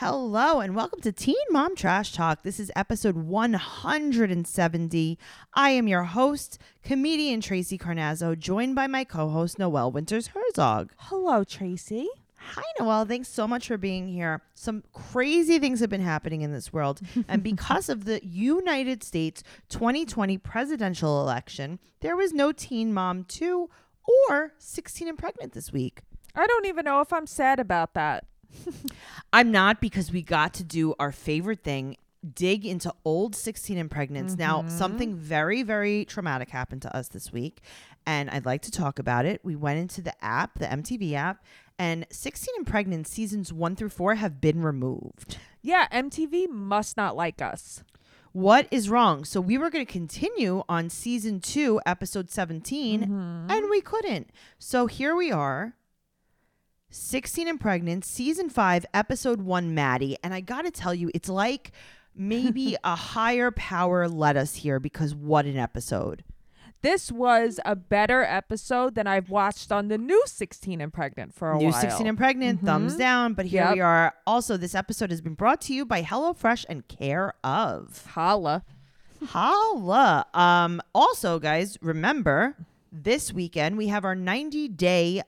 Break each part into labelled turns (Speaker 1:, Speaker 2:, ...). Speaker 1: Hello and welcome to Teen Mom Trash Talk. This is episode 170. I am your host, comedian Tracy Carnazzo, joined by my co-host Noelle Winters Herzog.
Speaker 2: Hello, Tracy.
Speaker 1: Hi Noelle, thanks so much for being here. Some crazy things have been happening in this world, and because of the United States 2020 presidential election, there was no Teen Mom 2 or 16 and Pregnant this week.
Speaker 2: I don't even know if I'm sad about that.
Speaker 1: I'm not because we got to do our favorite thing dig into old 16 and pregnants. Now, something very, very traumatic happened to us this week, and I'd like to talk about it. We went into the app, the MTV app, and 16 and pregnant seasons one through four have been removed.
Speaker 2: Yeah, MTV must not like us.
Speaker 1: What is wrong? So, we were going to continue on season two, episode 17,
Speaker 2: Mm-hmm.
Speaker 1: and we couldn't. So, here we are. 16 and Pregnant, season five, episode one, Maddie. And I got to tell you, it's like maybe a higher power led us here because what an episode.
Speaker 2: This was a better episode than I've watched on the new 16 and Pregnant for a
Speaker 1: New
Speaker 2: while. Mm-hmm.
Speaker 1: 16 and Pregnant, thumbs down. But here we
Speaker 2: Yep.
Speaker 1: are. Also, this episode has been brought to you by HelloFresh and Care of.
Speaker 2: Holla.
Speaker 1: Holla. Um, also, guys, remember this weekend we have our 90 day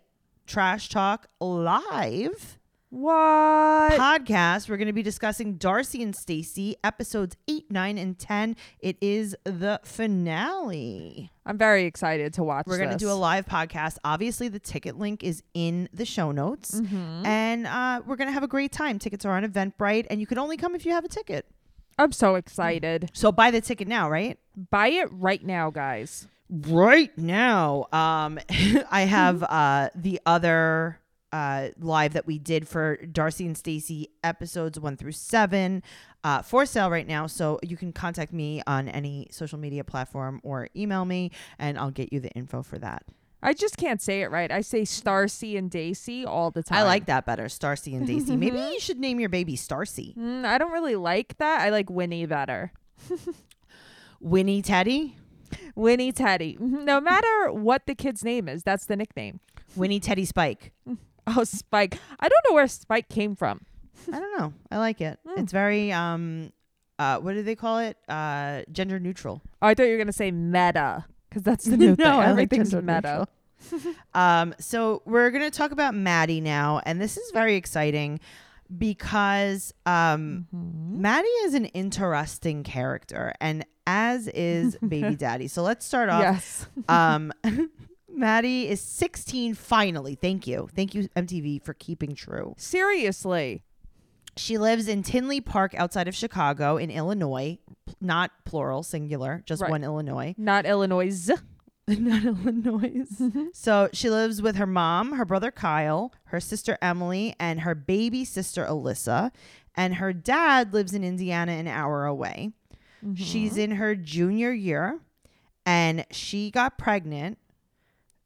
Speaker 1: trash talk live.
Speaker 2: What?
Speaker 1: podcast. We're going to be discussing Darcy and Stacy, episodes 8, 9, and 10. It is the finale.
Speaker 2: I'm very excited to watch
Speaker 1: We're going to
Speaker 2: this.
Speaker 1: do a live podcast. Obviously, the ticket link is in the show notes. And uh, we're going to have a great time. Tickets are on Eventbrite, and you can only come if you have a ticket.
Speaker 2: I'm so excited.
Speaker 1: So buy the ticket now, right?
Speaker 2: Buy it right now, guys.
Speaker 1: Right now. Um, I have uh, the other. Uh, live that we did for Darcy and Stacy episodes one through seven uh, for sale right now. So you can contact me on any social media platform or email me, and I'll get you the info for that.
Speaker 2: I just can't say it right. I say Starcy and Daisy all the time.
Speaker 1: I like that better, Starcy and Daisy. Maybe you should name your baby Starcy.
Speaker 2: Mm, I don't really like that. I like Winnie better.
Speaker 1: Winnie Teddy.
Speaker 2: Winnie Teddy. No matter what the kid's name is, that's the nickname.
Speaker 1: Winnie Teddy Spike.
Speaker 2: Oh, Spike. I don't know where Spike came from.
Speaker 1: I don't know. I like it. It's very um, uh, what do they call it? Uh, gender neutral.
Speaker 2: Oh, I thought you were gonna say meta because that's the new
Speaker 1: No,
Speaker 2: thing.
Speaker 1: I like
Speaker 2: Everything's
Speaker 1: gender
Speaker 2: meta.
Speaker 1: Um, so we're gonna talk about Maddie now, and this is very exciting because um,
Speaker 2: Mm-hmm.
Speaker 1: Maddie is an interesting character, and as is Baby Daddy. So let's start off.
Speaker 2: Yes.
Speaker 1: Um, Maddie is 16 finally. Thank you, thank you MTV for keeping true.
Speaker 2: Seriously.
Speaker 1: She lives in Tinley Park outside of Chicago in Illinois, P- not plural, singular, just
Speaker 2: Right.
Speaker 1: one Illinois.
Speaker 2: Not Illinois.
Speaker 1: not Illinois. so she lives with her mom, her brother Kyle, her sister Emily, and her baby sister Alyssa. And her dad lives in Indiana, an hour away. She's in her junior year, and she got pregnant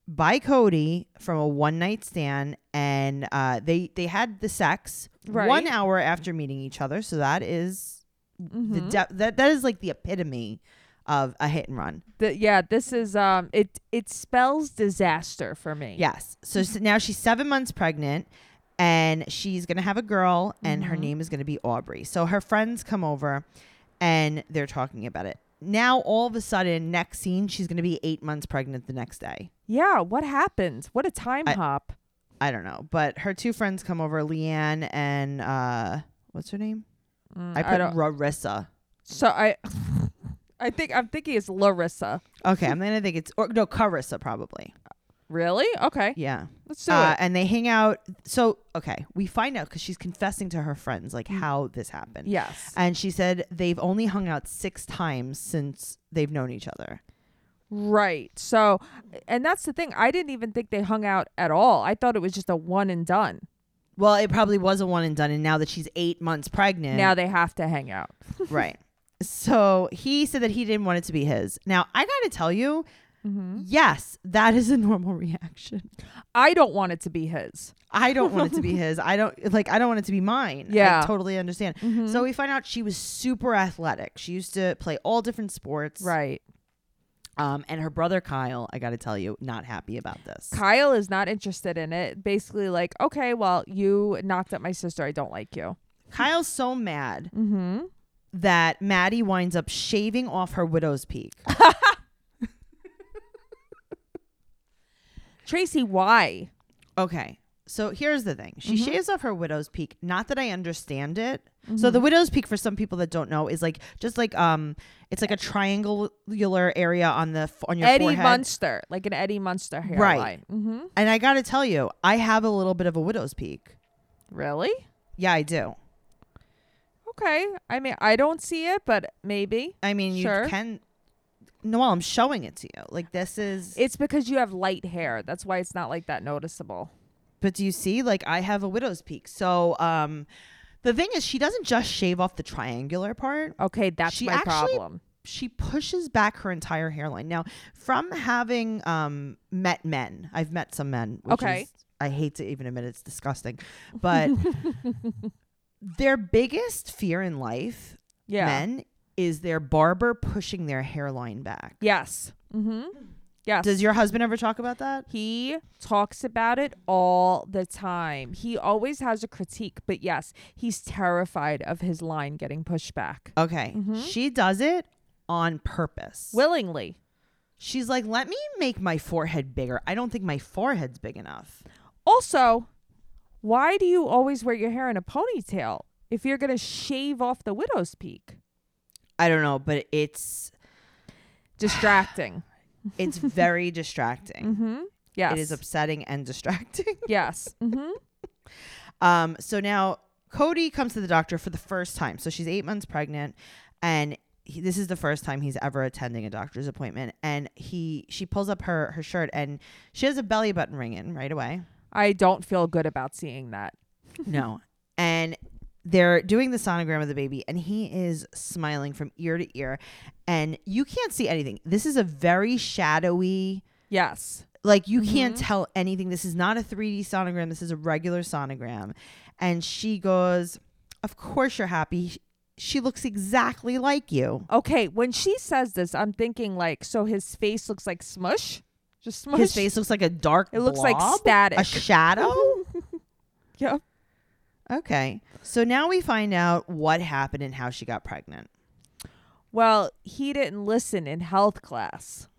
Speaker 1: by Cody from a one night stand, and uh, they they had the sex
Speaker 2: Right.
Speaker 1: one hour after meeting each other. So that is the
Speaker 2: Mhm.
Speaker 1: de- that that is like the epitome of a hit and run.
Speaker 2: Th- yeah, this is um it it spells disaster for me.
Speaker 1: Yes. So s
Speaker 2: Mm-hmm.
Speaker 1: now she's seven months pregnant and she's going to have a girl and her
Speaker 2: Mm-hmm.
Speaker 1: name is going to be Aubrey. So her friends come over and they're talking about it. Now, all of a sudden, next scene, she's going to be eight months pregnant the next day.
Speaker 2: Yeah, what happened? What a time
Speaker 1: I-
Speaker 2: hop.
Speaker 1: I don't know. But her two friends come over, Leanne and uh, what's her name?
Speaker 2: Mm,
Speaker 1: I put
Speaker 2: don't-
Speaker 1: Rarissa.
Speaker 2: so I I think I'm thinking it's Larissa.
Speaker 1: Okay. I'm going to think it's, or no, Carissa probably.
Speaker 2: Really? Okay.
Speaker 1: Yeah.
Speaker 2: Let's do
Speaker 1: uh,
Speaker 2: it.
Speaker 1: and they hang out. So, okay. We find out because she's confessing to her friends,
Speaker 2: Mm.
Speaker 1: like, how this happened.
Speaker 2: Yes.
Speaker 1: And she said they've only hung out six times since they've known each other.
Speaker 2: Right. So and that's the thing. I didn't even think they hung out at all. I thought it was just a one and done.
Speaker 1: Well, it probably was a one and done. And now that she's eight months pregnant.
Speaker 2: Now they have to hang out.
Speaker 1: right. So he said that he didn't want it to be his. Now, I got to tell you,
Speaker 2: Hmm?
Speaker 1: Mm-hmm. yes, that is a normal reaction.
Speaker 2: I don't want it to be his.
Speaker 1: I don't want it to be his. I don't like I don't want it to be mine.
Speaker 2: Yeah. Mm-hmm.
Speaker 1: I totally understand. So we find out she was super athletic. She used to play all different sports.
Speaker 2: Right.
Speaker 1: Um, and her brother Kyle, I gotta tell you, not happy about this.
Speaker 2: Kyle is not interested in it. Basically, like, okay, well, you knocked up my sister. I don't like you.
Speaker 1: Kyle's so mad
Speaker 2: Mm-hmm.
Speaker 1: that Maddie winds up shaving off her widow's peak.
Speaker 2: Tracy, why?
Speaker 1: Okay. So here's the thing. She
Speaker 2: Mhm.
Speaker 1: shaves off her widow's peak. Not that I understand it. So
Speaker 2: Mm-hmm.
Speaker 1: the widow's peak for some people that don't know is like just like um it's like a triangular area on the f- on your
Speaker 2: Eddie
Speaker 1: forehead.
Speaker 2: Munster, like an Eddie Munster hairline. Mm-hmm.
Speaker 1: and I got to tell you, I have a little bit of a widow's peak.
Speaker 2: Really?
Speaker 1: Yeah, I do.
Speaker 2: Okay. I mean, I don't see it, but maybe
Speaker 1: I mean, you
Speaker 2: Sure.
Speaker 1: can Noel, I'm showing it to you. Like this is
Speaker 2: it's because you have light hair. That's why it's not like that noticeable.
Speaker 1: But do you see? Like I have a widow's peak. So um the thing is she doesn't just shave off the triangular part.
Speaker 2: Okay, that's
Speaker 1: She
Speaker 2: my
Speaker 1: actually-
Speaker 2: problem.
Speaker 1: She pushes back her entire hairline. Now, from having um met men, I've met some men, which
Speaker 2: Okay.
Speaker 1: is I hate to even admit it's disgusting. But their biggest fear in life,
Speaker 2: Yeah.
Speaker 1: men, is their barber pushing their hairline back.
Speaker 2: Yes. Mm-hmm. Yes.
Speaker 1: Does your husband ever talk about that?
Speaker 2: He talks about it all the time. He always has a critique, but yes, he's terrified of his line getting pushed back
Speaker 1: Okay.
Speaker 2: Mhm.
Speaker 1: She does it on purpose.
Speaker 2: willingly.
Speaker 1: She's like, let me make my forehead bigger. I don't think my forehead's big enough.
Speaker 2: Also, why do you always wear your hair in a ponytail if you're going to shave off the widow's peak?
Speaker 1: I don't know, but it's
Speaker 2: Distracting.
Speaker 1: it's very distracting.
Speaker 2: mm-hmm. Yes.
Speaker 1: It is upsetting and distracting.
Speaker 2: yes. Mm-hmm.
Speaker 1: Um, so now Cody comes to the doctor for the first time. So she's eight months pregnant, and he, this is the first time he's ever attending a doctor's appointment. And he she pulls up her her shirt, and she has a belly button ring in right away.
Speaker 2: I don't feel good about seeing that.
Speaker 1: No. And they're doing the sonogram of the baby, and he is smiling from ear to ear. And you can't see anything. This is a very shadowy,
Speaker 2: Yes.
Speaker 1: like, you can't
Speaker 2: Mm-hmm.
Speaker 1: tell anything. This is not a 3D sonogram. This is a regular sonogram. And she goes, Of course you're happy. She looks exactly like you.
Speaker 2: Okay, when she says this, I'm thinking like, so his face looks like smush? Just smush.
Speaker 1: His face looks like a dark,
Speaker 2: It looks like
Speaker 1: blob,
Speaker 2: static. Oh.
Speaker 1: a shadow.
Speaker 2: yep.
Speaker 1: okay. So now we find out what happened and how she got pregnant.
Speaker 2: Well, he didn't listen in health class.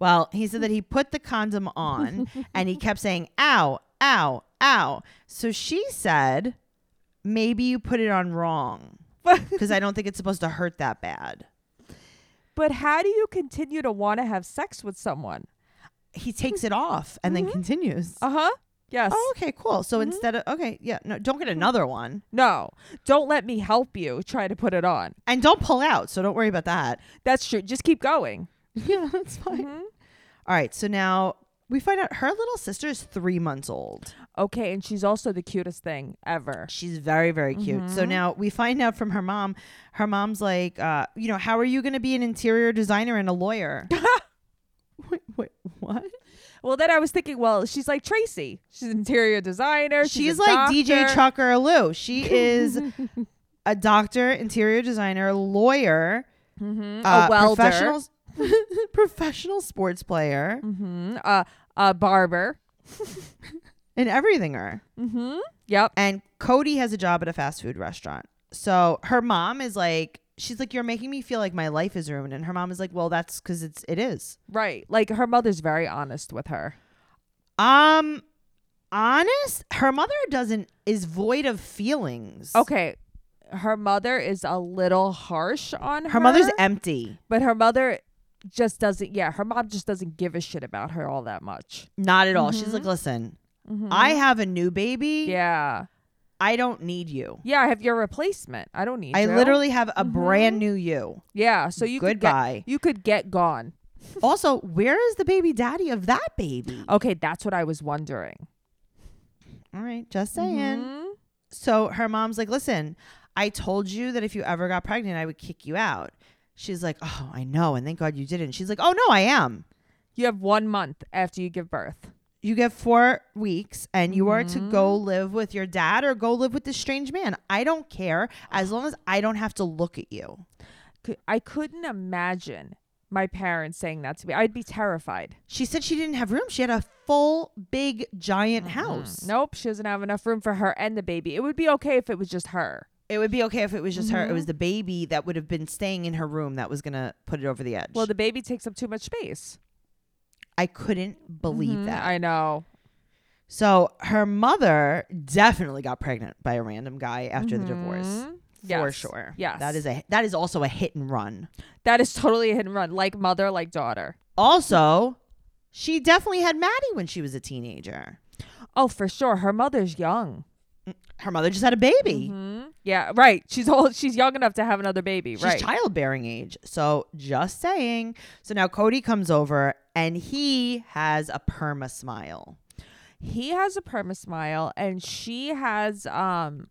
Speaker 1: Well, he said that he put the condom on and he kept saying, ow, ow, ow. So she said, maybe you put it on wrong because I don't think it's supposed to hurt that bad.
Speaker 2: but how do you continue to want to have sex with someone?
Speaker 1: He takes it off and then continues.
Speaker 2: Uh huh. Yes.
Speaker 1: Mm-hmm. Oh, okay, cool. So instead of, okay, yeah, no, don't get another one
Speaker 2: No. Don't let me help you try to put it on.
Speaker 1: and don't pull out. So don't worry about that. Mm-hmm.
Speaker 2: That's true. Just keep going.
Speaker 1: Yeah, that's fine.
Speaker 2: Mhm.
Speaker 1: All right. So now we find out her little sister is three months old.
Speaker 2: Okay, and she's also the cutest thing ever.
Speaker 1: She's very, very cute.
Speaker 2: Mm-hmm.
Speaker 1: So now we find out from her mom. Her mom's like, uh, you know, how are you going to be an interior designer and a lawyer? wait, wait, what?
Speaker 2: Well, then I was thinking, well, she's like Tracy. She's an interior designer. She's,
Speaker 1: She's
Speaker 2: a
Speaker 1: like DJ
Speaker 2: doctor.
Speaker 1: Trucker Lou. She is a doctor, interior designer, lawyer,
Speaker 2: Mhm.
Speaker 1: uh,
Speaker 2: a welder.
Speaker 1: professional, professional sports player,
Speaker 2: Mhm. A- a barber.
Speaker 1: and everythinger.
Speaker 2: Mm-hmm. Yep.
Speaker 1: And Cody has a job at a fast food restaurant. So her mom is like, she's like, you're making me feel like my life is ruined. And her mom is like, well, that's because it's it is.
Speaker 2: Right. Like her mother's very honest with her.
Speaker 1: Um, honest, her mother doesn't is void of feelings.
Speaker 2: Okay. Her mother is a little harsh on her.
Speaker 1: her mother's empty,
Speaker 2: but her mother just doesn't yeah, her mom just doesn't give a shit about her all that much.
Speaker 1: not at all. She's like, listen, I have a new baby.
Speaker 2: Mm-hmm. Yeah.
Speaker 1: I don't need you.
Speaker 2: Yeah, I have your replacement. I don't need
Speaker 1: I
Speaker 2: you.
Speaker 1: literally have a brand new you.
Speaker 2: Yeah, so Mm-hmm. you
Speaker 1: Goodbye.
Speaker 2: could get, you could get gone.
Speaker 1: Also, where is the baby daddy of that baby?
Speaker 2: Okay, that's what I was wondering.
Speaker 1: All right, just saying.
Speaker 2: Mhm.
Speaker 1: So her mom's like, listen, I told you that if you ever got pregnant, I would kick you out. She's like, oh, I know, and thank God you didn't. She's like, oh no, I am.
Speaker 2: You have 1 month after you give birth.
Speaker 1: you get four weeks and you are to go
Speaker 2: Mm-hmm.
Speaker 1: live with your dad or go live with this strange man. I don't care as long as I don't have to look at you.
Speaker 2: Cou- I couldn't imagine my parents saying that to me. I'd be terrified.
Speaker 1: She said she didn't have room. She had a full, big, giant house.
Speaker 2: Mm-hmm. Nope, she doesn't have enough room for her and the baby. It would be okay if it was just her.
Speaker 1: It would be okay if it was just her. It
Speaker 2: Mhm.
Speaker 1: was the baby that would have been staying in her room that was gonna put it over the edge.
Speaker 2: Well, the baby takes up too much space.
Speaker 1: I couldn't believe
Speaker 2: Mhm,
Speaker 1: that.
Speaker 2: I know.
Speaker 1: so her mother definitely got pregnant by a random guy after the divorce.
Speaker 2: Mhm.
Speaker 1: For
Speaker 2: Yes.
Speaker 1: sure.
Speaker 2: Yes.
Speaker 1: That is a that is also a hit and run.
Speaker 2: That is totally a hit and run, like mother, like daughter.
Speaker 1: Also, she definitely had Maddie when she was a teenager.
Speaker 2: Oh, for sure. Her mother's young.
Speaker 1: Her mother just had a baby.
Speaker 2: Mhm. Yeah, right. She's old. She's young enough to have another baby.
Speaker 1: She's
Speaker 2: right.
Speaker 1: childbearing age. So just saying. So now Cody comes over and he has a perma smile.
Speaker 2: he has a perma smile, and she has um,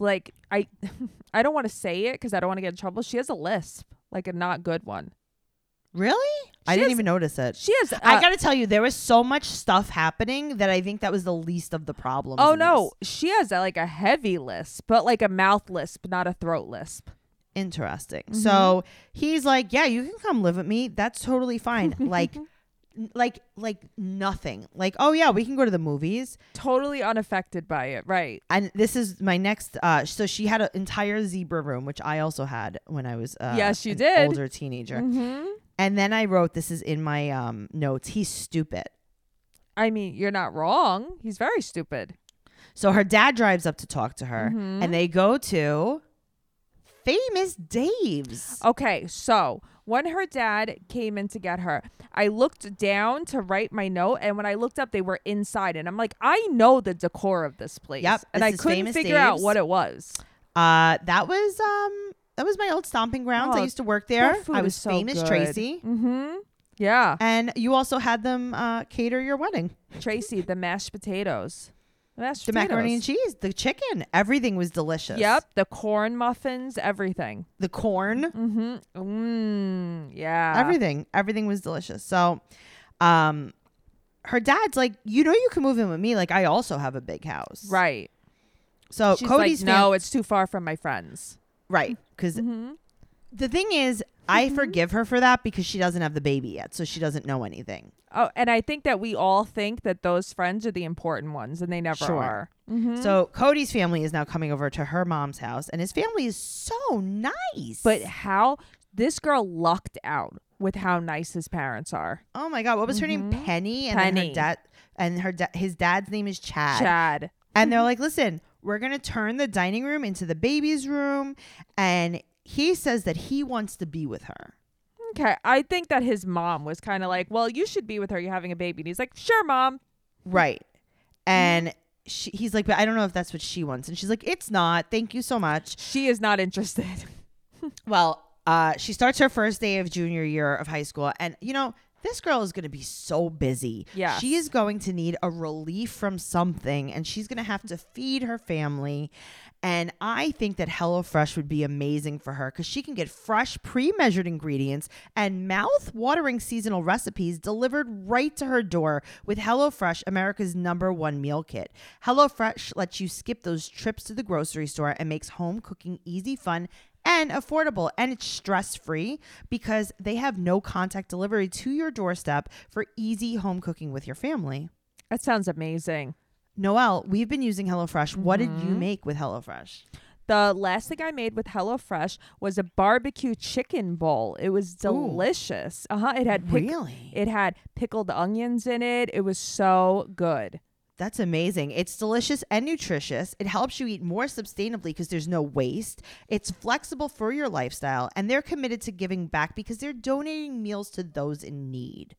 Speaker 2: like I, I don't want to say it because I don't want to get in trouble. She has a lisp, like a not good one.
Speaker 1: Really? I
Speaker 2: She
Speaker 1: didn't
Speaker 2: has-
Speaker 1: even notice it.
Speaker 2: She has.
Speaker 1: I
Speaker 2: uh,
Speaker 1: gotta tell you, there was so much stuff happening that I think that was the least of the problems.
Speaker 2: Oh
Speaker 1: in
Speaker 2: no, she has uh, like a heavy lisp, but like a mouth lisp, not a throat lisp.
Speaker 1: this. Interesting. So he's like, "Yeah, you can come live with me. That's totally fine." like, n- like, like nothing. Like, oh yeah, we can go to the movies.
Speaker 2: Totally unaffected by it, right?
Speaker 1: And this is my next. uh So she had an entire zebra room, which I also had when I was uh,
Speaker 2: Yes, you
Speaker 1: an
Speaker 2: did.
Speaker 1: older teenager.
Speaker 2: Mm-hmm.
Speaker 1: And then I wrote, "This is in my um notes. He's stupid."
Speaker 2: I mean, you're not wrong. He's very stupid.
Speaker 1: So her dad drives up to talk to her,
Speaker 2: Mm-hmm.
Speaker 1: and they go to famous Dave's.
Speaker 2: Okay, so when her dad came in to get her, I looked down to write my note, and when I looked up, they were inside, and I'm like, I know the decor of this place.
Speaker 1: Yep,
Speaker 2: and
Speaker 1: this
Speaker 2: I
Speaker 1: is
Speaker 2: couldn't
Speaker 1: Famous
Speaker 2: figure out
Speaker 1: Dave's.
Speaker 2: what it was.
Speaker 1: Uh, that was um, that was my old stomping grounds. I
Speaker 2: Oh,
Speaker 1: used to work
Speaker 2: Their
Speaker 1: there.
Speaker 2: food
Speaker 1: I
Speaker 2: is
Speaker 1: was
Speaker 2: so
Speaker 1: famous
Speaker 2: good.
Speaker 1: Tracy,
Speaker 2: Mhm. Yeah,
Speaker 1: and you also had them uh, cater your wedding.
Speaker 2: Tracy, the mashed potatoes, the mashed
Speaker 1: The
Speaker 2: potatoes,
Speaker 1: macaroni and cheese, the chicken, everything was delicious.
Speaker 2: Yep, the corn muffins, everything.
Speaker 1: the corn,
Speaker 2: Mhm. Mm, yeah.
Speaker 1: everything, everything was delicious. So, um, her dad's like, you know, you can move in with me. Like, I also have a big house.
Speaker 2: Right.
Speaker 1: So
Speaker 2: She's
Speaker 1: Oh, Cody's
Speaker 2: like,
Speaker 1: fam-
Speaker 2: no, it's too far from my friends.
Speaker 1: right because
Speaker 2: Mhm.
Speaker 1: the thing is, I
Speaker 2: Mm-hmm.
Speaker 1: forgive her for that because she doesn't have the baby yet, so she doesn't know anything.
Speaker 2: Oh, and I think that we all think that those friends are the important ones, and they never
Speaker 1: Sure.
Speaker 2: are. Mhm.
Speaker 1: So Cody's family is now coming over to her mom's house, and his family is so nice.
Speaker 2: But how this girl lucked out with how nice his parents are.
Speaker 1: oh my god, what was her name? Penny and then
Speaker 2: Mm-hmm. Penny.
Speaker 1: her dad, and her da- his dad's name is Chad.
Speaker 2: Chad.
Speaker 1: And they're like, listen, we're gonna turn the dining room into the baby's room, and he says that he wants to be with her.
Speaker 2: Okay. I think that his mom was kind of like, well, you should be with her. You're having a baby. And he's like, sure, mom.
Speaker 1: Right. And she, he's like, but I don't know if that's what she wants. And she's like, it's not. Thank you so much.
Speaker 2: She is not interested.
Speaker 1: Well, uh, she starts her first day of junior year of high school, and you know this girl is going to be so busy.
Speaker 2: Yes.
Speaker 1: she is going to need a relief from something, and she's going to have to feed her family. And I think that HelloFresh would be amazing for her because she can get fresh, pre-measured ingredients and mouth-watering seasonal recipes delivered right to her door with HelloFresh, America's number one meal kit. HelloFresh lets you skip those trips to the grocery store and makes home cooking easy, fun and affordable and it's stress-free because they have no contact delivery to your doorstep for easy home cooking with your family.
Speaker 2: That sounds amazing.
Speaker 1: Noelle, we've been using HelloFresh. What did you make with HelloFresh?
Speaker 2: The last thing I made with HelloFresh was a barbecue chicken bowl. It was delicious. Uh huh. It had pic-
Speaker 1: Really?
Speaker 2: it had pickled onions in it. It was so good.
Speaker 1: That's amazing. It's delicious and nutritious. It helps you eat more sustainably because there's no waste. It's flexible for your lifestyle, and they're committed to giving back because they're donating meals to those in need.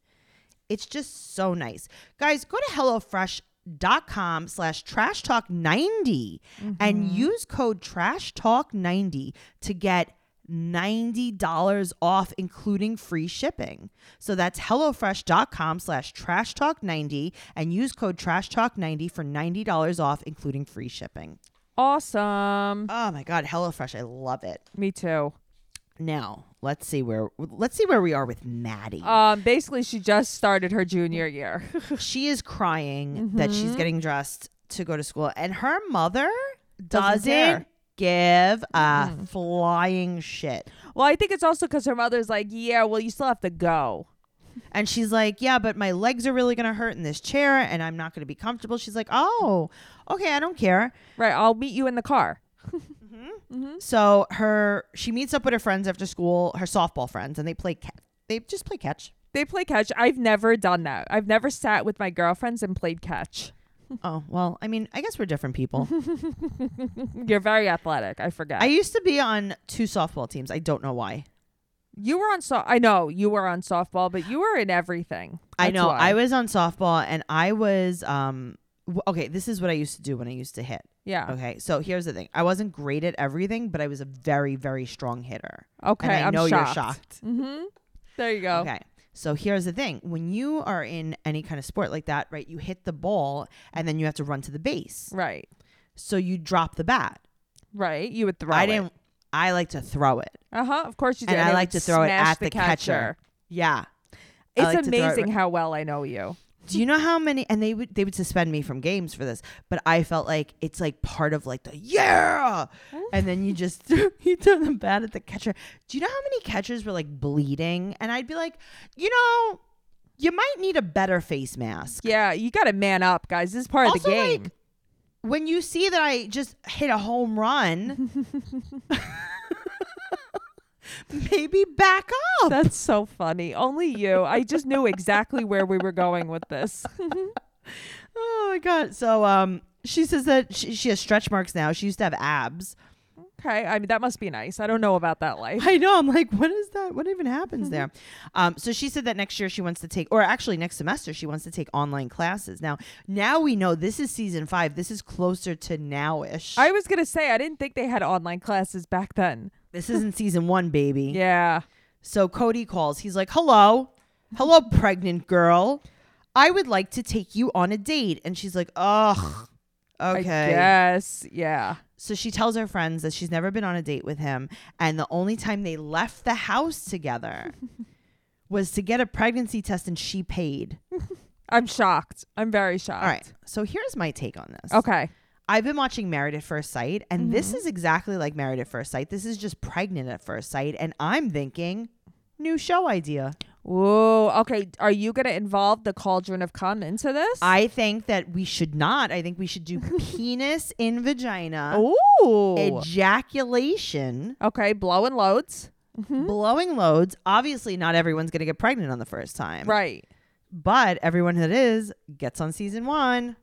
Speaker 1: It's just so nice. Guys, go to HelloFresh.com slash trash talk 90 and use code trash talk 90 to get $90 off, including free shipping. So that's HelloFresh.com slash trash talk 90 and use code trash talk 90 for $90 off, including free shipping.
Speaker 2: Awesome.
Speaker 1: Oh my God, HelloFresh. I love it.
Speaker 2: Me too.
Speaker 1: Now, let's see where let's see where we are with Maddie.
Speaker 2: Um, basically, she just started her junior year.
Speaker 1: she is crying that
Speaker 2: Mm-hmm.
Speaker 1: she's getting dressed to go to school, and her mother doesn't,
Speaker 2: care. Mm-hmm.
Speaker 1: give a flying shit.
Speaker 2: well, I think it's also because her mother's like, yeah, well, you still have to go.
Speaker 1: And she's like, "Yeah, but my legs are really gonna hurt in this chair, and I'm not gonna be comfortable." She's like, "Oh, okay, I don't care."
Speaker 2: Right. I'll meet you in the car. Mm-hmm.
Speaker 1: So her she meets up with her friends after school, her softball friends, and they play ca- they just play catch.
Speaker 2: They play catch. I've never done that. I've never sat with my girlfriends and played catch.
Speaker 1: oh, well, I mean, I guess we're different people.
Speaker 2: You're very athletic. I forget.
Speaker 1: I used to be on two softball teams. I don't know why.
Speaker 2: you were on so I know you were on softball, but you were in everything.
Speaker 1: I
Speaker 2: That's
Speaker 1: know.
Speaker 2: why.
Speaker 1: I was on softball and I was um w- okay, this is what I used to do when I used to hit.
Speaker 2: yeah.
Speaker 1: Okay. So here's the thing. I wasn't great at everything, but I was a very, very strong hitter.
Speaker 2: Okay.
Speaker 1: And I
Speaker 2: am
Speaker 1: know
Speaker 2: shocked.
Speaker 1: you're shocked.
Speaker 2: Mm-hmm. There you go.
Speaker 1: Okay. So here's the thing. When you are in any kind of sport like that, right, you hit the ball and then you have to run to the base.
Speaker 2: Right.
Speaker 1: So you drop the bat.
Speaker 2: Right. You would throw.
Speaker 1: I didn't I like to throw it.
Speaker 2: Uh huh. Of course you did.
Speaker 1: And I
Speaker 2: would
Speaker 1: like to throw it
Speaker 2: smash
Speaker 1: at the catcher. Yeah. I
Speaker 2: It's
Speaker 1: like to throw it
Speaker 2: amazing
Speaker 1: right-
Speaker 2: how well I know you.
Speaker 1: Do you know how many and they would they would suspend me from games for this, but I felt like it's like part of like the yeah. And then you just threw you threw the bat at the catcher. Do you know how many catchers were like bleeding? And I'd be like, you know, you might need a better face mask.
Speaker 2: Yeah, you got to man up, guys. This is part of the
Speaker 1: Also, like,
Speaker 2: game.
Speaker 1: when you see that I just hit a home run, maybe back up.
Speaker 2: That's so funny. Only you. I just knew exactly where we were going with this.
Speaker 1: Oh my god. So um she says that she, she has stretch marks now. She used to have abs.
Speaker 2: okay. I mean, that must be nice. I don't know about that life.
Speaker 1: I know. I'm like, what is that? What even
Speaker 2: Mm-hmm.
Speaker 1: happens there? Um, so she said that next year she wants to take, or actually next semester she wants to take online classes. Now, now we know this is season five. This is closer to nowish.
Speaker 2: I was going to say, I didn't think they had online classes back then.
Speaker 1: this isn't season one, baby.
Speaker 2: Yeah.
Speaker 1: So Cody calls. He's like, "Hello, hello, pregnant girl. I would like to take you on a date." And she's like, "Ugh, okay."
Speaker 2: Yes. Yeah.
Speaker 1: So she tells her friends that she's never been on a date with him, and the only time they left the house together was to get a pregnancy test, and she paid.
Speaker 2: I'm shocked. I'm very shocked.
Speaker 1: All right. So here's my take on this.
Speaker 2: Okay.
Speaker 1: I've been watching Married at First Sight, and this is exactly like Married at First Sight. This is just pregnant at first sight, and I'm thinking, new show idea.
Speaker 2: Ooh. Okay. Are you going to involve the cauldron of cum into this?
Speaker 1: I think that we should not. I think we should do penis in vagina,
Speaker 2: Ooh.
Speaker 1: ejaculation,
Speaker 2: okay. Blowing loads.
Speaker 1: blowing loads. Obviously, not everyone's going to get pregnant on the first time.
Speaker 2: Right.
Speaker 1: But everyone that is gets on season one.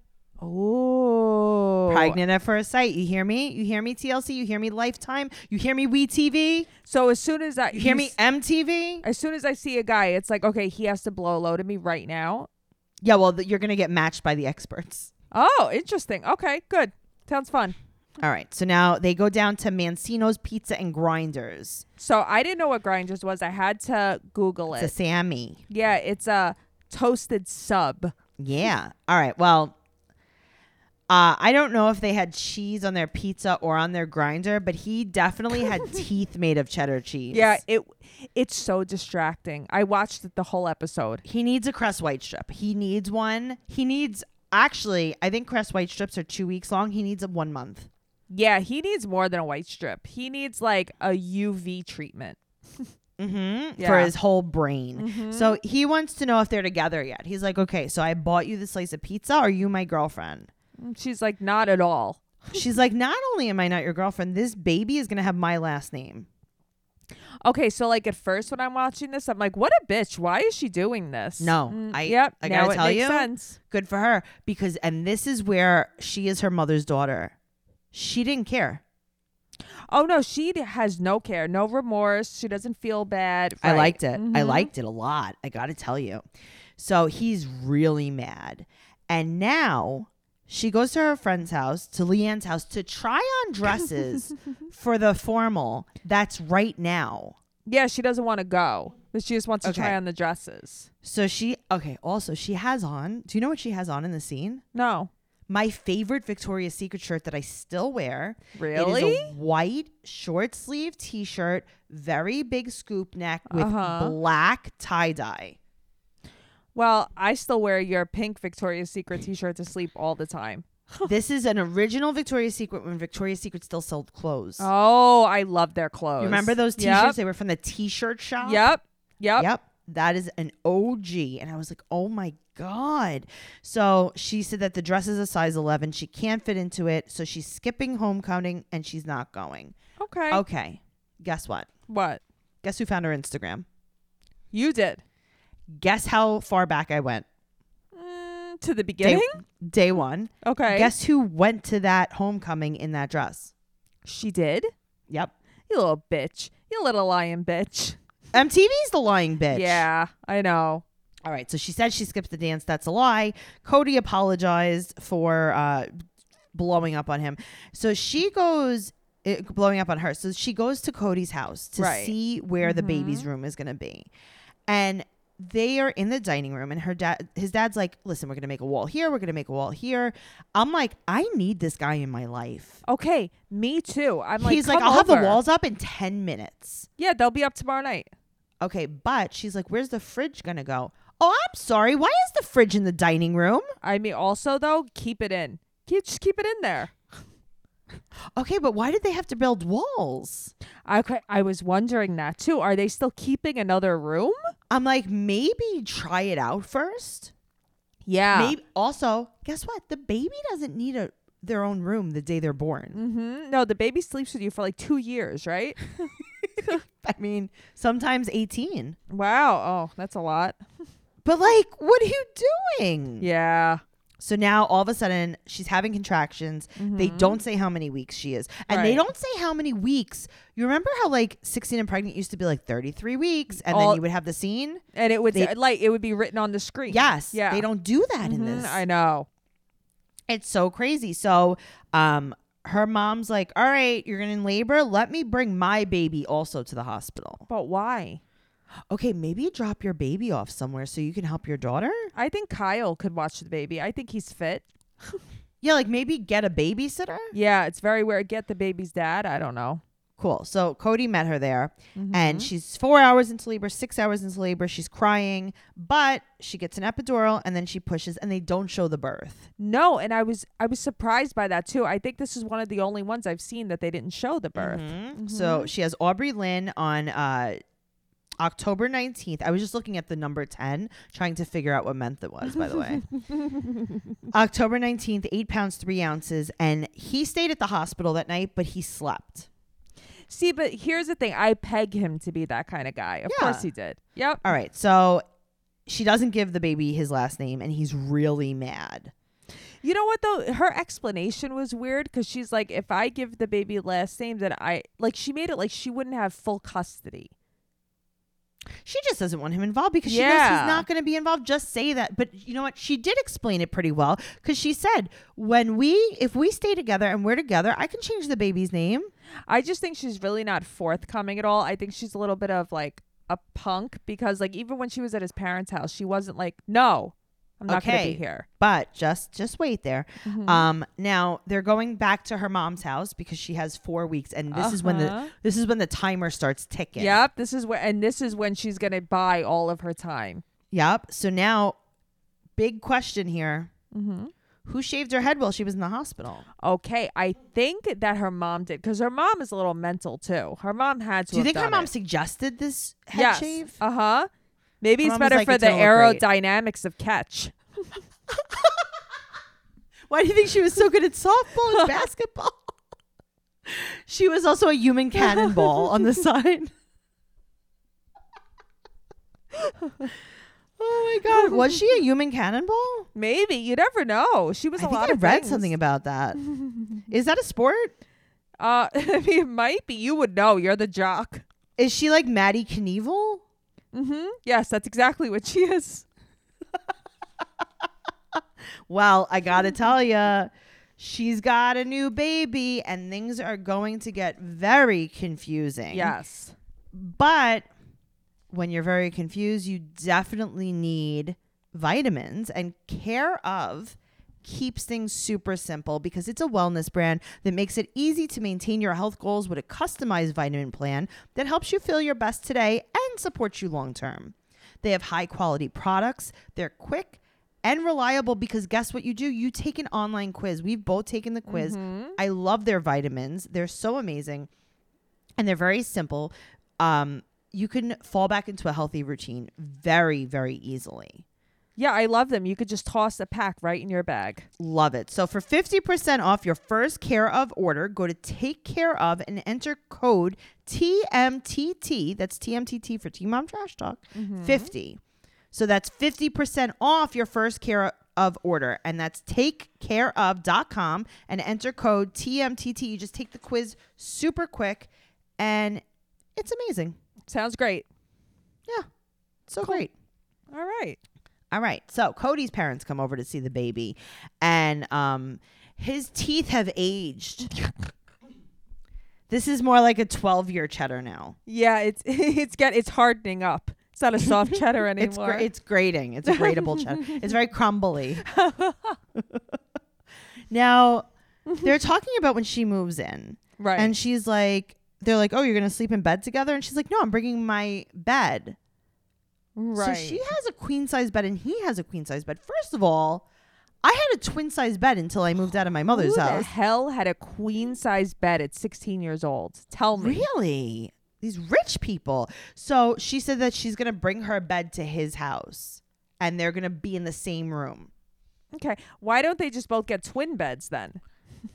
Speaker 2: Ooh.
Speaker 1: Pregnant at first sight. You hear me? You hear me, TLC? You hear me, Lifetime? You hear me, We TV?
Speaker 2: So as soon as I
Speaker 1: You hear
Speaker 2: you
Speaker 1: me, MTV?
Speaker 2: As soon as I see a guy, it's like, okay, he has to blow a load at me right now.
Speaker 1: Yeah, well, th- you're going to get matched by the experts.
Speaker 2: Oh, interesting. Okay, good. Sounds fun.
Speaker 1: All right. So now they go down to Mancino's Pizza and Grinders.
Speaker 2: So I didn't know what grinders was. I had to Google
Speaker 1: To
Speaker 2: it.
Speaker 1: Sammy.
Speaker 2: yeah, it's a toasted sub.
Speaker 1: Yeah. All right. Well, uh, I don't know if they had cheese on their pizza or on their grinder, but he definitely had teeth made of cheddar cheese.
Speaker 2: Yeah, it it's so distracting. I watched it the whole episode.
Speaker 1: He needs a Crest White strip. He needs one. He needs, actually, I think Crest White strips are two weeks long. He needs a one month.
Speaker 2: Yeah, he needs more than a white strip. He needs like a UV treatment.
Speaker 1: Mm-hmm. For
Speaker 2: Yeah.
Speaker 1: his whole brain. So he wants to know if they're together yet. He's like, okay, so I bought you this slice of pizza. Are you my girlfriend?
Speaker 2: Mm, She's like, not at all.
Speaker 1: She's like, not only am I not your girlfriend, this baby is going to have my last name.
Speaker 2: Okay, so like at first when I'm watching this, I'm like, what a bitch. Why is she doing this?
Speaker 1: No,
Speaker 2: Mm,
Speaker 1: I-
Speaker 2: yep.
Speaker 1: I
Speaker 2: now
Speaker 1: gotta
Speaker 2: it
Speaker 1: tell
Speaker 2: makes
Speaker 1: you,
Speaker 2: sense.
Speaker 1: Good for her. Because, and this is where she is her mother's daughter. She didn't care.
Speaker 2: Oh no, she d- has no care, no remorse. She doesn't feel bad.
Speaker 1: I
Speaker 2: Right.
Speaker 1: liked it. I
Speaker 2: Mhm.
Speaker 1: liked it a lot. I got to tell you. So he's really mad. And now she goes to her friend's house, to Leanne's house, to try on dresses for the formal that's right now.
Speaker 2: Yeah, she doesn't want to go, but she just wants to
Speaker 1: Okay.
Speaker 2: try on the dresses.
Speaker 1: So she, okay, also, she has on, do you know what she has on in the scene?
Speaker 2: No,
Speaker 1: My favorite Victoria's Secret shirt that I still wear. It
Speaker 2: really?
Speaker 1: is a white short sleeve t shirt, very big scoop neck with
Speaker 2: Uh-huh.
Speaker 1: black tie dye.
Speaker 2: Well, I still wear your pink Victoria's
Speaker 1: Mm.
Speaker 2: Secret T-shirt to sleep all the time.
Speaker 1: this is an original Victoria's Secret when Victoria's Secret still sold clothes.
Speaker 2: Oh, I love their clothes.
Speaker 1: You remember those
Speaker 2: Yep.
Speaker 1: t-shirts? They were from the t-shirt shop.
Speaker 2: Yep. Yep.
Speaker 1: Yep. That is an OG. And I was like, oh my God. So she said that the dress is a size 11. She can't fit into it. So she's skipping homecoming and she's not going.
Speaker 2: Okay.
Speaker 1: Okay. Guess what?
Speaker 2: What?
Speaker 1: Guess who found her Instagram?
Speaker 2: You did.
Speaker 1: Guess how far back I went?
Speaker 2: Mm, to the
Speaker 1: Day,
Speaker 2: beginning?
Speaker 1: day one.
Speaker 2: okay.
Speaker 1: Guess who went to that homecoming in that dress?
Speaker 2: she did.
Speaker 1: Yep.
Speaker 2: You little bitch. You little lying bitch.
Speaker 1: MTV's the lying bitch.
Speaker 2: Yeah, I know.
Speaker 1: All right. So she said she skipped the dance. That's a lie. Cody apologized for uh, blowing up on him. So she goes. It, blowing up on her. So she goes to Cody's house to
Speaker 2: Right. Mm-hmm.
Speaker 1: see where the baby's room is going to be. And they are in the dining room and her dad his dad's like, "Listen, we're going to make a wall here, we're going to make a wall here." I'm like, "I need this guy in my life."
Speaker 2: Okay, me too. I'm like,
Speaker 1: He's like,
Speaker 2: "Come
Speaker 1: "I'll have the
Speaker 2: over."
Speaker 1: walls up in 10 minutes."
Speaker 2: Yeah, they'll be up tomorrow night.
Speaker 1: Okay, but she's like, "Where's the fridge gonna go?" Oh, I'm sorry. Why is the fridge in the dining room?
Speaker 2: I mean, also though, keep it in. Keep just keep it in there.
Speaker 1: Okay, but why did they have to build walls?
Speaker 2: I cou- I was wondering that too. Are they still keeping another room?
Speaker 1: I'm like, maybe try it out first.
Speaker 2: Yeah.
Speaker 1: Maybe also, guess what? The baby doesn't need a their own room the day they're born.
Speaker 2: Mm-hmm. No, the baby sleeps with you for like two years, right?
Speaker 1: I mean, sometimes 18.
Speaker 2: wow. Oh, that's a lot.
Speaker 1: But like, what are you doing?
Speaker 2: Yeah.
Speaker 1: So now all of a sudden she's having contractions. They don't say how many weeks she is. And they
Speaker 2: Mm-hmm. Right.
Speaker 1: don't say how many weeks. You remember how like 16 and pregnant used to be like 33 weeks and
Speaker 2: All-
Speaker 1: then you would have the scene?
Speaker 2: And it would
Speaker 1: They-
Speaker 2: like it would be written on the screen.
Speaker 1: Yes.
Speaker 2: Yeah.
Speaker 1: They don't do that in
Speaker 2: Mhm,
Speaker 1: this.
Speaker 2: I know.
Speaker 1: it's so crazy. So um her mom's like, "All right, you're going to labor. Let me bring my baby also to the hospital."
Speaker 2: But why?
Speaker 1: Okay, maybe drop your baby off somewhere so you can help your daughter?
Speaker 2: I think Kyle could watch the baby. I think he's fit.
Speaker 1: Yeah, like maybe get a babysitter?
Speaker 2: Yeah, it's very weird. Get the baby's dad. I don't know.
Speaker 1: Cool. So Cody met her there, and she's four hours into labor, six hours into labor. She's crying, but she gets an epidural, and then she pushes, and they don't show the birth.
Speaker 2: No, and I was I was surprised by that too. I think this is one of the only ones I've seen that they didn't show the birth.
Speaker 1: So she has Aubrey Lynn on uh, October nineteenth. I was just looking at the number ten, trying to figure out what month it was. By the way, October nineteenth, eight pounds three ounces, and he stayed at the hospital that night, but he slept.
Speaker 2: See, but here's the thing. I peg him to be that kind of guy. Of course
Speaker 1: Yeah.
Speaker 2: he did. Yep.
Speaker 1: All right, so. She doesn't give the baby his last name, and he's really mad.
Speaker 2: You know what though? Her explanation was weird because she's like, if I give the baby last name, then I like she made it like she wouldn't have full custody.
Speaker 1: She just doesn't want him involved because she knows
Speaker 2: Yeah.
Speaker 1: he's not going to be involved. Just say that. But you know what? She did explain it pretty well because she said, when we, if we stay together and we're together, I can change the baby's name.
Speaker 2: I just think she's really not forthcoming at all. I think she's a little bit of like a punk because like even when she was at his parents' house, she wasn't like, no, I'm not gonna
Speaker 1: Okay.
Speaker 2: be here.
Speaker 1: But just, just wait there.
Speaker 2: Mm-hmm.
Speaker 1: Um, now they're going back to her mom's house because she has four weeks, and this is when
Speaker 2: Uh-huh.
Speaker 1: the this is when the timer starts ticking.
Speaker 2: Yep. This is where and this is when she's gonna buy all of her time.
Speaker 1: Yep. So now, big question here:
Speaker 2: Mm-hmm.
Speaker 1: Who shaved her head while she was in the hospital?
Speaker 2: Okay, I think that her mom did because her mom is a little mental too. Her mom had to.
Speaker 1: Do you
Speaker 2: have
Speaker 1: think her
Speaker 2: done
Speaker 1: mom
Speaker 2: it.
Speaker 1: suggested this head
Speaker 2: yes.
Speaker 1: shave?
Speaker 2: Uh huh. Maybe
Speaker 1: Her
Speaker 2: it's
Speaker 1: mom was
Speaker 2: better
Speaker 1: like,
Speaker 2: for
Speaker 1: "It's
Speaker 2: the
Speaker 1: gonna look great."
Speaker 2: aerodynamics of catch.
Speaker 1: Why do you think she was so good at softball and basketball? She was also a human cannonball on the side. oh my god, was she a human cannonball?
Speaker 2: Maybe you never know. She was
Speaker 1: I
Speaker 2: a
Speaker 1: think
Speaker 2: lot
Speaker 1: I
Speaker 2: of
Speaker 1: read
Speaker 2: things.
Speaker 1: something about that. Is that a sport?
Speaker 2: Uh, I mean, it might be. You would know. You're the jock.
Speaker 1: Is she like Maddie Knievel?
Speaker 2: Mm-hmm. Yes, that's exactly what she is.
Speaker 1: Well, I gotta tell ya, she's got a new baby, and things are going to get very confusing.
Speaker 2: Yes.
Speaker 1: But when you're very confused, you definitely need vitamins and care of keeps things super simple because it's a wellness brand that makes it easy to maintain your health goals with a customized vitamin plan that helps you feel your best today and supports you long term. They have high quality products, they're quick and reliable because guess what you do? You take an online quiz. We've both taken the quiz. I love their vitamins. They're so amazing and they're very simple. Um, you can fall back into a healthy routine very, very easily.
Speaker 2: Yeah, I love them. You could just toss a pack right in your bag.
Speaker 1: Love it. So for 50% off your first care of order, go to take care of and enter code TMTT. That's TMTT for T Mom Trash Talk. 50. So that's 50% off your first care of order. And that's takecareof.com and enter code TMTT. You just take the quiz super quick and it's amazing.
Speaker 2: Sounds great.
Speaker 1: So great.
Speaker 2: All right.
Speaker 1: All right. So Cody's parents come over to see the baby, and um, his teeth have aged. this is more like a 12 year cheddar now.
Speaker 2: Yeah, it's it's get it's hardening up. It's not a soft cheddar
Speaker 1: It's,
Speaker 2: anymore.
Speaker 1: gra- it's grating. It's a gradable cheddar. It's very crumbly. now, they're talking about when she moves in,
Speaker 2: right.
Speaker 1: and she's like, they're like, oh, you're going to sleep in bed together? And she's like, no, I'm bringing my bed.
Speaker 2: right.
Speaker 1: So she has a queen size bed and he has a queen size bed. First of all, I had a twin size bed until I moved out of my mother's
Speaker 2: Who the
Speaker 1: house.
Speaker 2: hell had a queen size bed at 16 years old? Tell me.
Speaker 1: Really? These rich people. So she said that she's going to bring her bed to his house and they're going to be in the same room.
Speaker 2: Okay. Why don't they just both get twin beds then?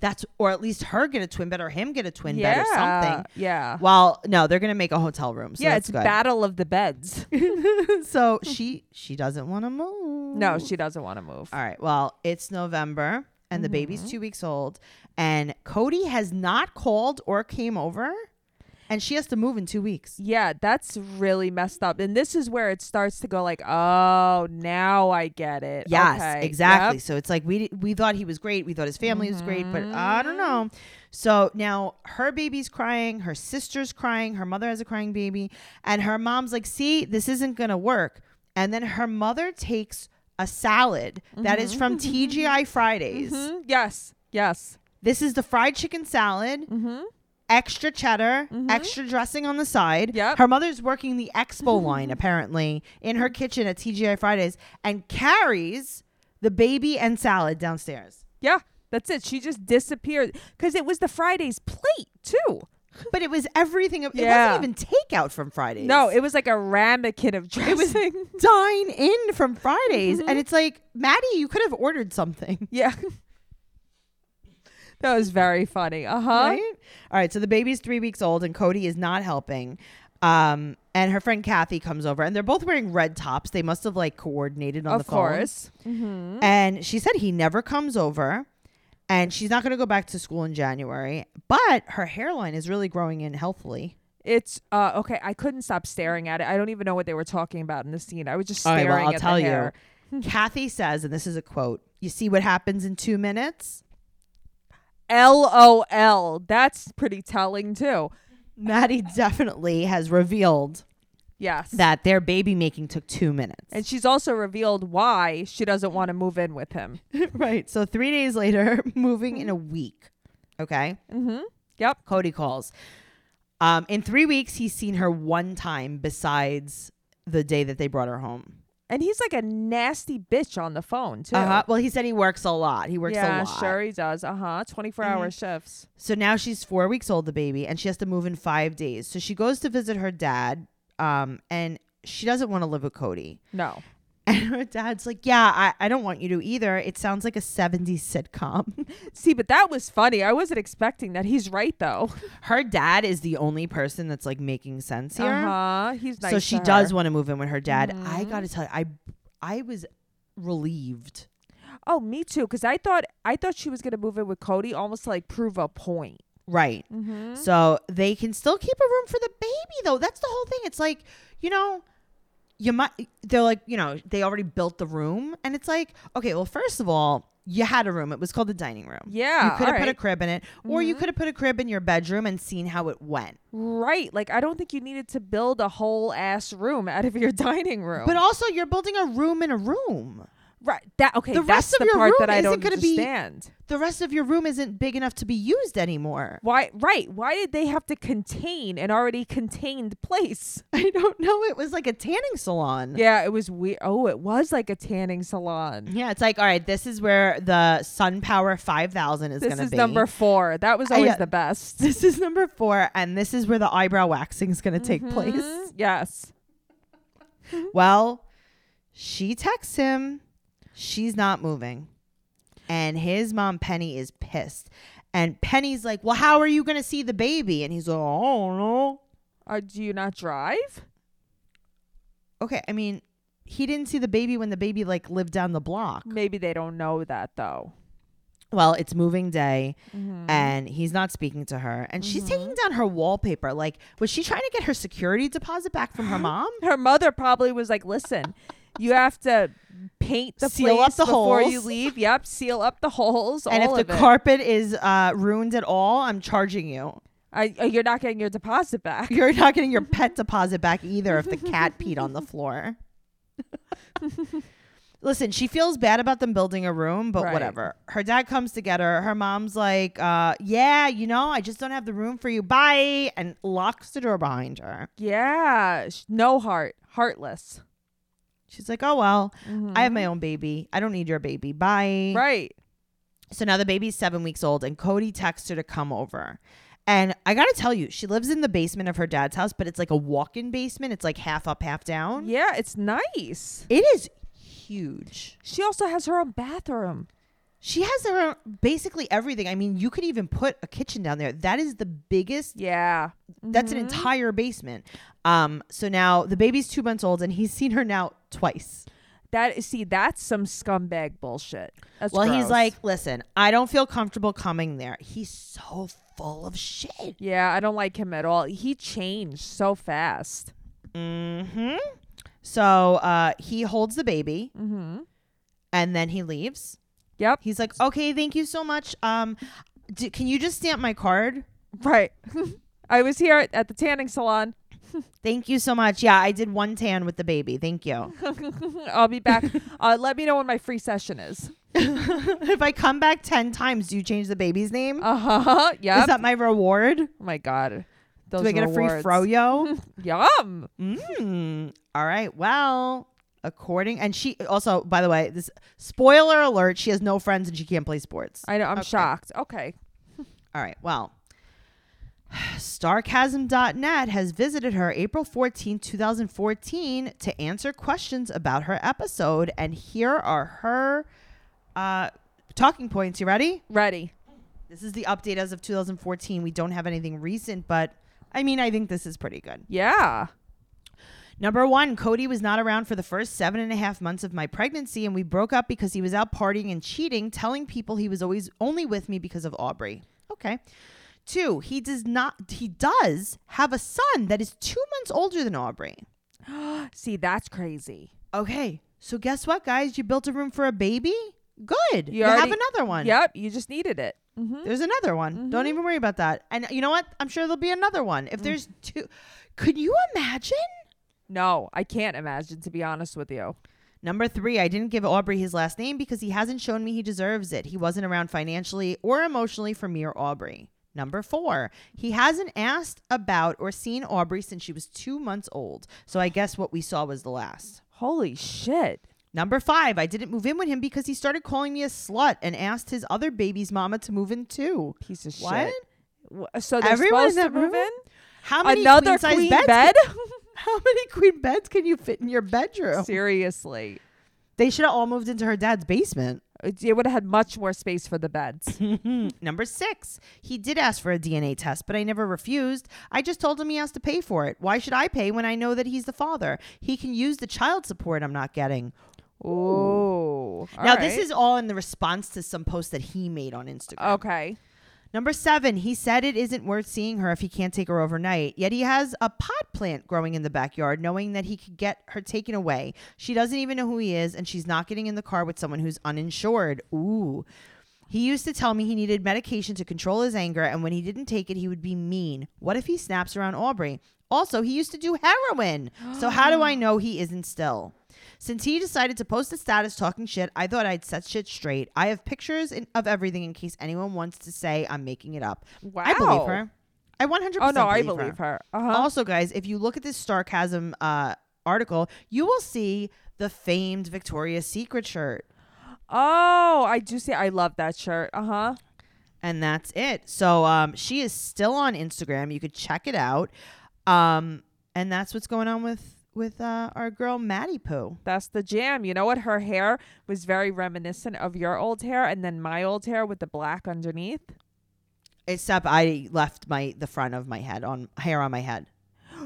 Speaker 1: That's, or at least her get a twin bed or him get a twin
Speaker 2: yeah.
Speaker 1: bed or something.
Speaker 2: Yeah.
Speaker 1: Well, no, they're going to make a hotel room. So
Speaker 2: yeah,
Speaker 1: that's
Speaker 2: it's
Speaker 1: good.
Speaker 2: battle of the beds.
Speaker 1: so she, she doesn't want to move.
Speaker 2: no, she doesn't want to move.
Speaker 1: All right. Well, it's November and the
Speaker 2: Mm-hmm.
Speaker 1: baby's two weeks old, and Cody has not called or came over, and she has to move in two weeks.
Speaker 2: Yeah, that's really messed up. And this is where it starts to go like, "Oh, now I get it."
Speaker 1: Yes,
Speaker 2: Okay.
Speaker 1: exactly.
Speaker 2: Yep.
Speaker 1: So it's like we we thought he was great, we thought his family was great, but I don't
Speaker 2: Mm-hmm.
Speaker 1: know. So now her baby's crying, her sister's crying, her mother has a crying baby, and her mom's like, "See, this isn't going to work." And then her mother takes a salad that is from
Speaker 2: Mm-hmm.
Speaker 1: TGI Fridays.
Speaker 2: Mhm. Yes. Yes.
Speaker 1: This is the fried chicken salad.
Speaker 2: Mhm.
Speaker 1: extra cheddar, extra dressing on the side.
Speaker 2: Mm-hmm. Yep. Mm-hmm.
Speaker 1: Her mother's working the expo line apparently in her kitchen at TGI Fridays and carries the baby and salad downstairs.
Speaker 2: Yeah. That's it. She just disappeared cuz it was the Friday's plate, too.
Speaker 1: But it was everything. It
Speaker 2: Yeah.
Speaker 1: wasn't even takeout from Fridays.
Speaker 2: No, it was like a ramekin of
Speaker 1: was-
Speaker 2: dressing.
Speaker 1: dine in from Fridays.
Speaker 2: Mm-hmm.
Speaker 1: And it's like, Maddie, you could have ordered something.
Speaker 2: yeah. that was very funny. Uh-huh.
Speaker 1: Right? All right. So the baby's three weeks old and Cody is not helping. Um, and her friend Kathy comes over and they're both wearing red tops. They must have like coordinated on
Speaker 2: Of
Speaker 1: the phone.
Speaker 2: course. Mhm.
Speaker 1: And she said he never comes over and she's not going to go back to school in January, but her hairline is really growing in healthily.
Speaker 2: It's uh okay, I couldn't stop staring at it. I don't even know what they were talking about in the scene. I was just
Speaker 1: All
Speaker 2: staring
Speaker 1: right, well, I'll
Speaker 2: at
Speaker 1: tell
Speaker 2: the
Speaker 1: you.
Speaker 2: hair.
Speaker 1: Kathy says, and this is a quote You see what happens in two minutes?
Speaker 2: LOL. That's pretty telling too.
Speaker 1: Maddie definitely has revealed
Speaker 2: Yes.
Speaker 1: that their baby making took two minutes.
Speaker 2: and she's also revealed why she doesn't want to move in with him.
Speaker 1: right. So three days later, moving in a week. Okay.
Speaker 2: Mm-hmm. Yep.
Speaker 1: Cody calls. Um, in three weeks, he's seen her one time besides the day that they brought her home.
Speaker 2: And he's like a nasty bitch on the phone too.
Speaker 1: Uh-huh. Well, he said he works a lot. He works a
Speaker 2: yeah,
Speaker 1: lot. Mm-hmm.
Speaker 2: sure he does. Uh huh. Twenty hour shifts.
Speaker 1: So now she's four weeks old, the baby, and she has to move in five days. So she goes to visit her dad, um, and she doesn't want to live with Cody.
Speaker 2: No.
Speaker 1: And her dad's like, Yeah, I, I don't want you to either. It sounds like a 70s sitcom.
Speaker 2: See, but that was funny. I wasn't expecting that. He's right though.
Speaker 1: her dad is the only person that's like making sense here.
Speaker 2: Uh huh. He's nice.
Speaker 1: so
Speaker 2: to
Speaker 1: she
Speaker 2: her. Mm-hmm.
Speaker 1: does want to move in with her dad. I gotta tell you, I I was relieved.
Speaker 2: Oh, me too. Because I thought I thought she was gonna move in with Cody, almost to, like prove a point.
Speaker 1: Right.
Speaker 2: Mm-hmm.
Speaker 1: So they can still keep a room for the baby, though. That's the whole thing. It's like, you know, you might, they're like, you know, they already built the room. And it's like, okay, well, first of all, you had a room. It was called the dining room.
Speaker 2: Yeah. Mm-hmm.
Speaker 1: You could
Speaker 2: all
Speaker 1: have put a
Speaker 2: right.
Speaker 1: crib in it, or you could have put a crib in your bedroom and seen how it went.
Speaker 2: right. Like I don't think you needed to build a whole ass room out of your dining room.
Speaker 1: uh, But also, you're building a room in a room.
Speaker 2: Right. That okay.
Speaker 1: The
Speaker 2: that's
Speaker 1: rest of
Speaker 2: the
Speaker 1: your
Speaker 2: part
Speaker 1: room
Speaker 2: that I
Speaker 1: isn't
Speaker 2: don't
Speaker 1: gonna be-
Speaker 2: understand.
Speaker 1: The rest of your room isn't big enough to be used anymore.
Speaker 2: Why? Right. Why did they have to contain an already contained place?
Speaker 1: I don't know. It was like a tanning salon.
Speaker 2: Yeah, it was weird. Oh, it was like a tanning salon.
Speaker 1: Yeah, it's like, all right, this is where the Sun Power 5000 is going
Speaker 2: This
Speaker 1: to be.
Speaker 2: is number four. That was
Speaker 1: I,
Speaker 2: always
Speaker 1: uh,
Speaker 2: the best.
Speaker 1: This is number four, and this is where the eyebrow waxing is going to take place.
Speaker 2: Mhm. Yes.
Speaker 1: Well, she texts him, she's not moving. And his mom, Penny, is pissed. And Penny's like, Well, how are you going to see the baby? And he's like, Oh, no.
Speaker 2: Uh, do you not drive?
Speaker 1: Okay, I mean, he didn't see the baby when the baby like lived down the block.
Speaker 2: Maybe they don't know that though.
Speaker 1: Well, it's moving day
Speaker 2: Mhm.
Speaker 1: and he's not speaking to her. And
Speaker 2: Mm-hmm.
Speaker 1: she's taking down her wallpaper. Like, was she trying to get her security deposit back from her mom?
Speaker 2: Her mother probably was like, "Listen, you have to paint the
Speaker 1: Seal up
Speaker 2: place
Speaker 1: the
Speaker 2: before you
Speaker 1: holes."
Speaker 2: leave. Yep, seal up the holes.
Speaker 1: and if
Speaker 2: all
Speaker 1: the
Speaker 2: of it.
Speaker 1: carpet is uh, ruined at all, I'm charging you.
Speaker 2: I, uh, you're not getting your deposit back.
Speaker 1: You're not getting your pet deposit back either if the cat peed on the floor. Listen, she feels bad about them building a room, but
Speaker 2: Right.
Speaker 1: whatever. Her dad comes to get her. Her mom's like, uh, Yeah, you know, I just don't have the room for you. Bye. And locks the door behind her.
Speaker 2: Yeah, sh- no heart, heartless.
Speaker 1: She's like, Oh, well, I have my own baby. I don't need your baby. Bye.
Speaker 2: Mm-hmm. Right.
Speaker 1: So now the baby's seven weeks old, and Cody texts her to come over. And I gotta tell you, she lives in the basement of her dad's house, but it's like a walk in basement. It's like half up, half down.
Speaker 2: Yeah, it's nice.
Speaker 1: It is huge.
Speaker 2: She also has her own bathroom.
Speaker 1: She has her own, basically everything. I mean, you could even put a kitchen down there. That is the biggest.
Speaker 2: Yeah.
Speaker 1: That's
Speaker 2: Mm-hmm.
Speaker 1: an entire basement. Um. So now the baby's two months old, and he's seen her now twice.
Speaker 2: That see, that's some scumbag bullshit. That's
Speaker 1: well, he's
Speaker 2: gross.
Speaker 1: like, listen, I don't feel comfortable coming there. He's so full of shit.
Speaker 2: yeah, I don't like him at all. He changed so fast.
Speaker 1: hmm So uh, he holds the baby
Speaker 2: Mm-hmm.
Speaker 1: and then he leaves.
Speaker 2: Yep.
Speaker 1: He's like, "Okay, thank you so much. Um, d- can you just stamp my card?
Speaker 2: Right. I was here at, at the tanning salon.
Speaker 1: Thank you so much. Yeah, I did one tan with the baby. Thank you.
Speaker 2: I'll be back. uh, let me know when my free session is.
Speaker 1: if I come back ten times, do you change the baby's name?
Speaker 2: Uh huh. Yep.
Speaker 1: Is that my reward?
Speaker 2: oh my god. Those
Speaker 1: do I get a free
Speaker 2: rewards.
Speaker 1: froyo?
Speaker 2: Yum.
Speaker 1: mm. All right. Well." According and she also, by the way, this spoiler alert: she has no friends and she can't play sports.
Speaker 2: I know. I'm
Speaker 1: Okay.
Speaker 2: shocked. Okay.
Speaker 1: All right. Well, starcasm.net has visited her April 14, 2014 to answer questions about her episode. And here are her uh, talking points. You ready?
Speaker 2: Ready.
Speaker 1: This is the update as of 2014. We don't have anything recent, but I mean, I think this is pretty good.
Speaker 2: Yeah.
Speaker 1: Number one, Cody was not around for the first seven and a half months of my pregnancy, and we broke up because he was out partying and cheating, telling people he was always only with me because of Aubrey. Okay. Two, he does not he does have a son that is two months older than Aubrey.
Speaker 2: See, that's crazy.
Speaker 1: Okay. So guess what, guys? You built a room for a baby? Good. You, have
Speaker 2: already-
Speaker 1: another one.
Speaker 2: Yep. You just needed it. Mm-hmm. Mm.
Speaker 1: There's another one. Don't even worry about that. And you know what? I'm sure there'll be another one. If there's two could you imagine?
Speaker 2: No, I can't imagine, to be honest with you.
Speaker 1: Number three, I didn't give Aubrey his last name because he hasn't shown me he deserves it. He wasn't around financially or emotionally for me or Aubrey. Number four, he hasn't asked about or seen Aubrey since she was two months old. So I guess what we saw was the last.
Speaker 2: Holy shit.
Speaker 1: Number five, I didn't move in with him because he started calling me a slut and asked his other baby's mama to move in too.
Speaker 2: Piece of
Speaker 1: What?
Speaker 2: shit. Wh- So they're
Speaker 1: Everyone's
Speaker 2: supposed to
Speaker 1: at
Speaker 2: move
Speaker 1: Reuben?
Speaker 2: in?
Speaker 1: How many
Speaker 2: Another
Speaker 1: queen-size
Speaker 2: queen
Speaker 1: beds
Speaker 2: bed?
Speaker 1: can- how many queen beds can you fit in your bedroom?
Speaker 2: Seriously.
Speaker 1: They should have all moved into her dad's basement.
Speaker 2: It it would have had much more space for the beds.
Speaker 1: Number six, he did ask for a DNA test, but I never refused. I just told him he has to pay for it. Why should I pay when I know that he's the father? He can use the child support I'm not getting.
Speaker 2: Ooh.
Speaker 1: now, this is all in the response to some post that he made on Instagram.
Speaker 2: Okay.
Speaker 1: Number seven, he said it isn't worth seeing her if he can't take her overnight. Yet he has a pot plant growing in the backyard, knowing that he could get her taken away. She doesn't even know who he is, and she's not getting in the car with someone who's uninsured. Ooh. He used to tell me he needed medication to control his anger, and when he didn't take it, he would be mean. What if he snaps around Aubrey? Also, he used to do heroin. So, how do I know he isn't still? Since he decided to post a status talking shit, I thought I'd set shit straight. I have pictures in, of everything in case anyone wants to say I'm making it up.
Speaker 2: Wow.
Speaker 1: I believe her. I 100%
Speaker 2: Oh
Speaker 1: believe
Speaker 2: no, I believe
Speaker 1: her.
Speaker 2: her. Uh-huh.
Speaker 1: Also, guys, if you look at this sarcasm uh, article, you will see the famed Victoria's Secret shirt.
Speaker 2: oh, I do see. I love that shirt. Uh huh.
Speaker 1: and that's it. So um, she is still on Instagram. You could check it out. Um, and that's what's going on with with uh, our girl Maddie Pooh.
Speaker 2: That's the jam. You know what? Her hair was very reminiscent of your old hair and then my old hair with the black underneath.
Speaker 1: Except I left my the front of my head on hair on my head.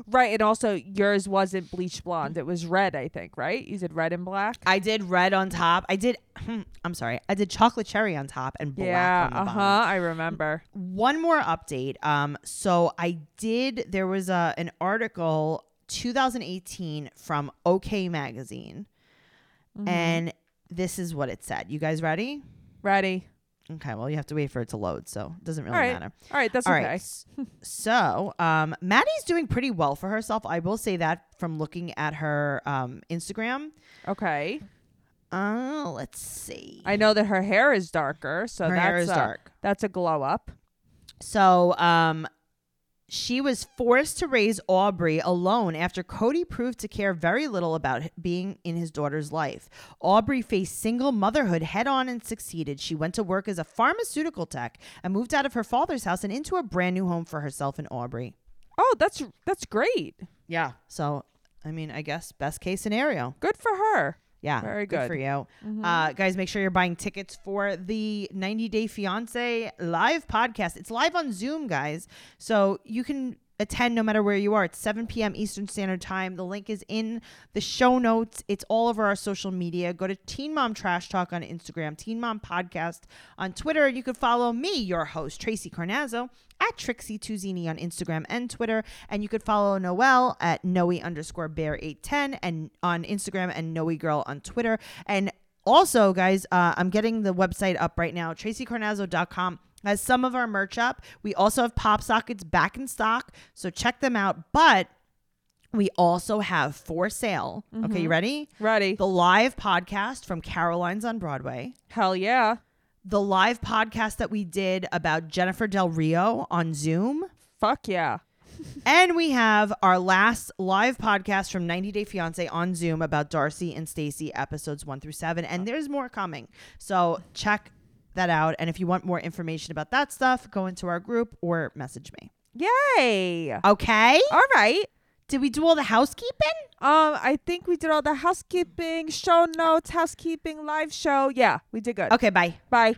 Speaker 2: Right. And also, yours wasn't bleach blonde. It was red, I think, right? You said red and black.
Speaker 1: I did red on top. I did. I'm sorry. I did chocolate cherry on top and black
Speaker 2: yeah.
Speaker 1: on the
Speaker 2: Uh huh.
Speaker 1: bottom.
Speaker 2: I remember.
Speaker 1: One more update. Um, so I did. There was a an article 2018 from OK Magazine,
Speaker 2: Mm-hmm.
Speaker 1: and this is what it said. You guys ready?
Speaker 2: Ready.
Speaker 1: Okay, well, you have to wait for it to load, so it doesn't really
Speaker 2: All right.
Speaker 1: matter.
Speaker 2: All right. That's
Speaker 1: All
Speaker 2: okay.
Speaker 1: right. s- So, um, Maddie's doing pretty well for herself. I will say that from looking at her um, Instagram.
Speaker 2: Okay.
Speaker 1: Uh, let's see.
Speaker 2: I know that her hair is darker. So
Speaker 1: her
Speaker 2: that's
Speaker 1: hair is
Speaker 2: a,
Speaker 1: dark.
Speaker 2: That's a glow up.
Speaker 1: So, um, she was forced to raise Aubrey alone after Cody proved to care very little about h- being in his daughter's life. Aubrey faced single motherhood head on and succeeded. She went to work as a pharmaceutical tech and moved out of her father's house and into a brand new home for herself and Aubrey.
Speaker 2: Oh, that's that's great.
Speaker 1: Yeah. So, I mean, I guess best case scenario.
Speaker 2: Good for her.
Speaker 1: Yeah.
Speaker 2: Very good. Mm-hmm.
Speaker 1: for you. Uh, guys, make sure you're buying tickets for the 90 Day Fiance live podcast. It's live on Zoom, guys. So you can attend no matter where you are. It's 7 p.m. Eastern Standard Time. The link is in the show notes. It's all over our social media. Go to Teen Mom Trash Talk on Instagram, Teen Mom Podcast on Twitter. You can follow me, your host, Tracy Carnazzo, at Trixie Tuzini on Instagram and Twitter. And you could follow Noelle at Noe underscore bear 810 and on Instagram and Noe girl on Twitter. And also, guys, uh, I'm getting the website up right now, tracycarnazzo.com. Has some of our merch up. We also have pop sockets back in stock, so check them out. But we also have for sale. Okay, you ready?
Speaker 2: Ready.
Speaker 1: The live podcast from Caroline's on Broadway
Speaker 2: Hell yeah.
Speaker 1: the live podcast that we did about Jennifer Del Rio on Zoom.
Speaker 2: Fuck yeah.
Speaker 1: And we have our last live podcast from 90 Day Fiance on Zoom about Darcy and Stacy episodes 1 through 7 and there's more coming. So check that out and if you want more information about that stuff, go into our group or message me.
Speaker 2: Yay.
Speaker 1: Okay?
Speaker 2: All right.
Speaker 1: Did we do all the housekeeping?
Speaker 2: Um, I think we did all the housekeeping, show notes, housekeeping, live show. Yeah, we did good.
Speaker 1: Okay, bye.
Speaker 2: Bye.